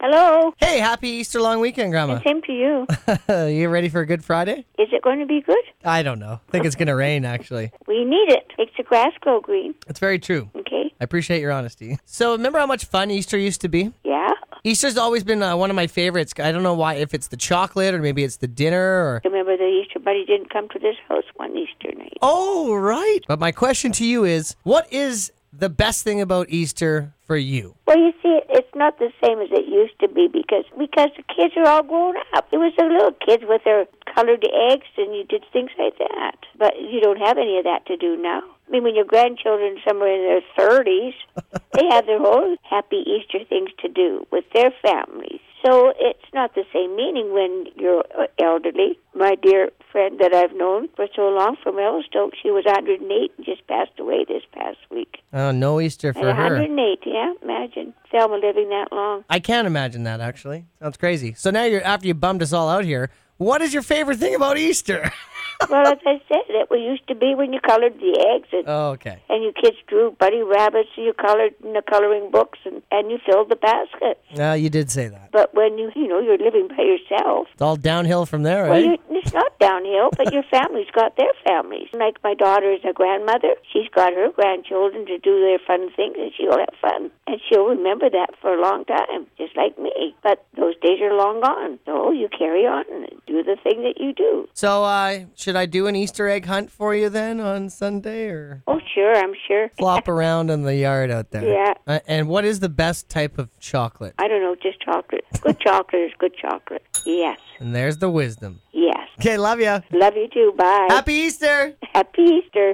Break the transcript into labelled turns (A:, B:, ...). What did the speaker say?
A: Hello.
B: Hey, happy Easter long weekend, Grandma.
A: Same to you.
B: you ready for a Good Friday?
A: Is it going to be good?
B: I don't know. I think it's going to rain, actually.
A: We need it. Makes the grass grow green.
B: It's very true.
A: Okay.
B: I appreciate your honesty. So, remember how much fun Easter used to be?
A: Yeah.
B: Easter's always been uh, one of my favorites. I don't know why, if it's the chocolate or maybe it's the dinner or.
A: Remember the Easter Bunny didn't come to this house one Easter night.
B: Oh, right. But my question to you is what is the best thing about Easter for you?
A: Well, you see, it's not the same as it used to be because because the kids are all grown up. It was the little kids with their colored eggs, and you did things like that. But you don't have any of that to do now. I mean, when your grandchildren somewhere in their thirties, they have their own happy Easter things to do with their families. So it's not the same meaning when you're elderly. My dear friend that I've known for so long from Yellowstone, she was 108 and just passed away this past week.
B: Oh, no Easter for
A: At
B: her.
A: 108, yeah, imagine Selma living that long.
B: I can't imagine that actually. Sounds crazy. So now you're after you bummed us all out here. What is your favorite thing about Easter?
A: well, as I said, it we used to be when you colored the eggs and,
B: oh, okay.
A: and you kids drew bunny rabbits and you colored in the coloring books and, and you filled the baskets.
B: No, you did say that.
A: But when you, you know, you're living by yourself,
B: It's all downhill from there,
A: Well,
B: right?
A: you, it's not downhill, but your family's got their families. Like my daughter is a grandmother; she's got her grandchildren to do their fun things, and she'll have fun, and she'll remember that for a long time, just like me. But those days are long gone, so you carry on and do the thing that you do.
B: so, uh, should I do an Easter egg hunt for you then on Sunday, or
A: Oh, sure, I'm sure.
B: flop around in the yard out there?
A: Yeah.
B: Uh, and what is the best type of chocolate?
A: I don't know, just chocolate. Good chocolate is good chocolate. Yes,
B: And there's the wisdom.
A: yes.
B: Okay, love ya.
A: Love you too. Bye.
B: Happy Easter.
A: Happy Easter.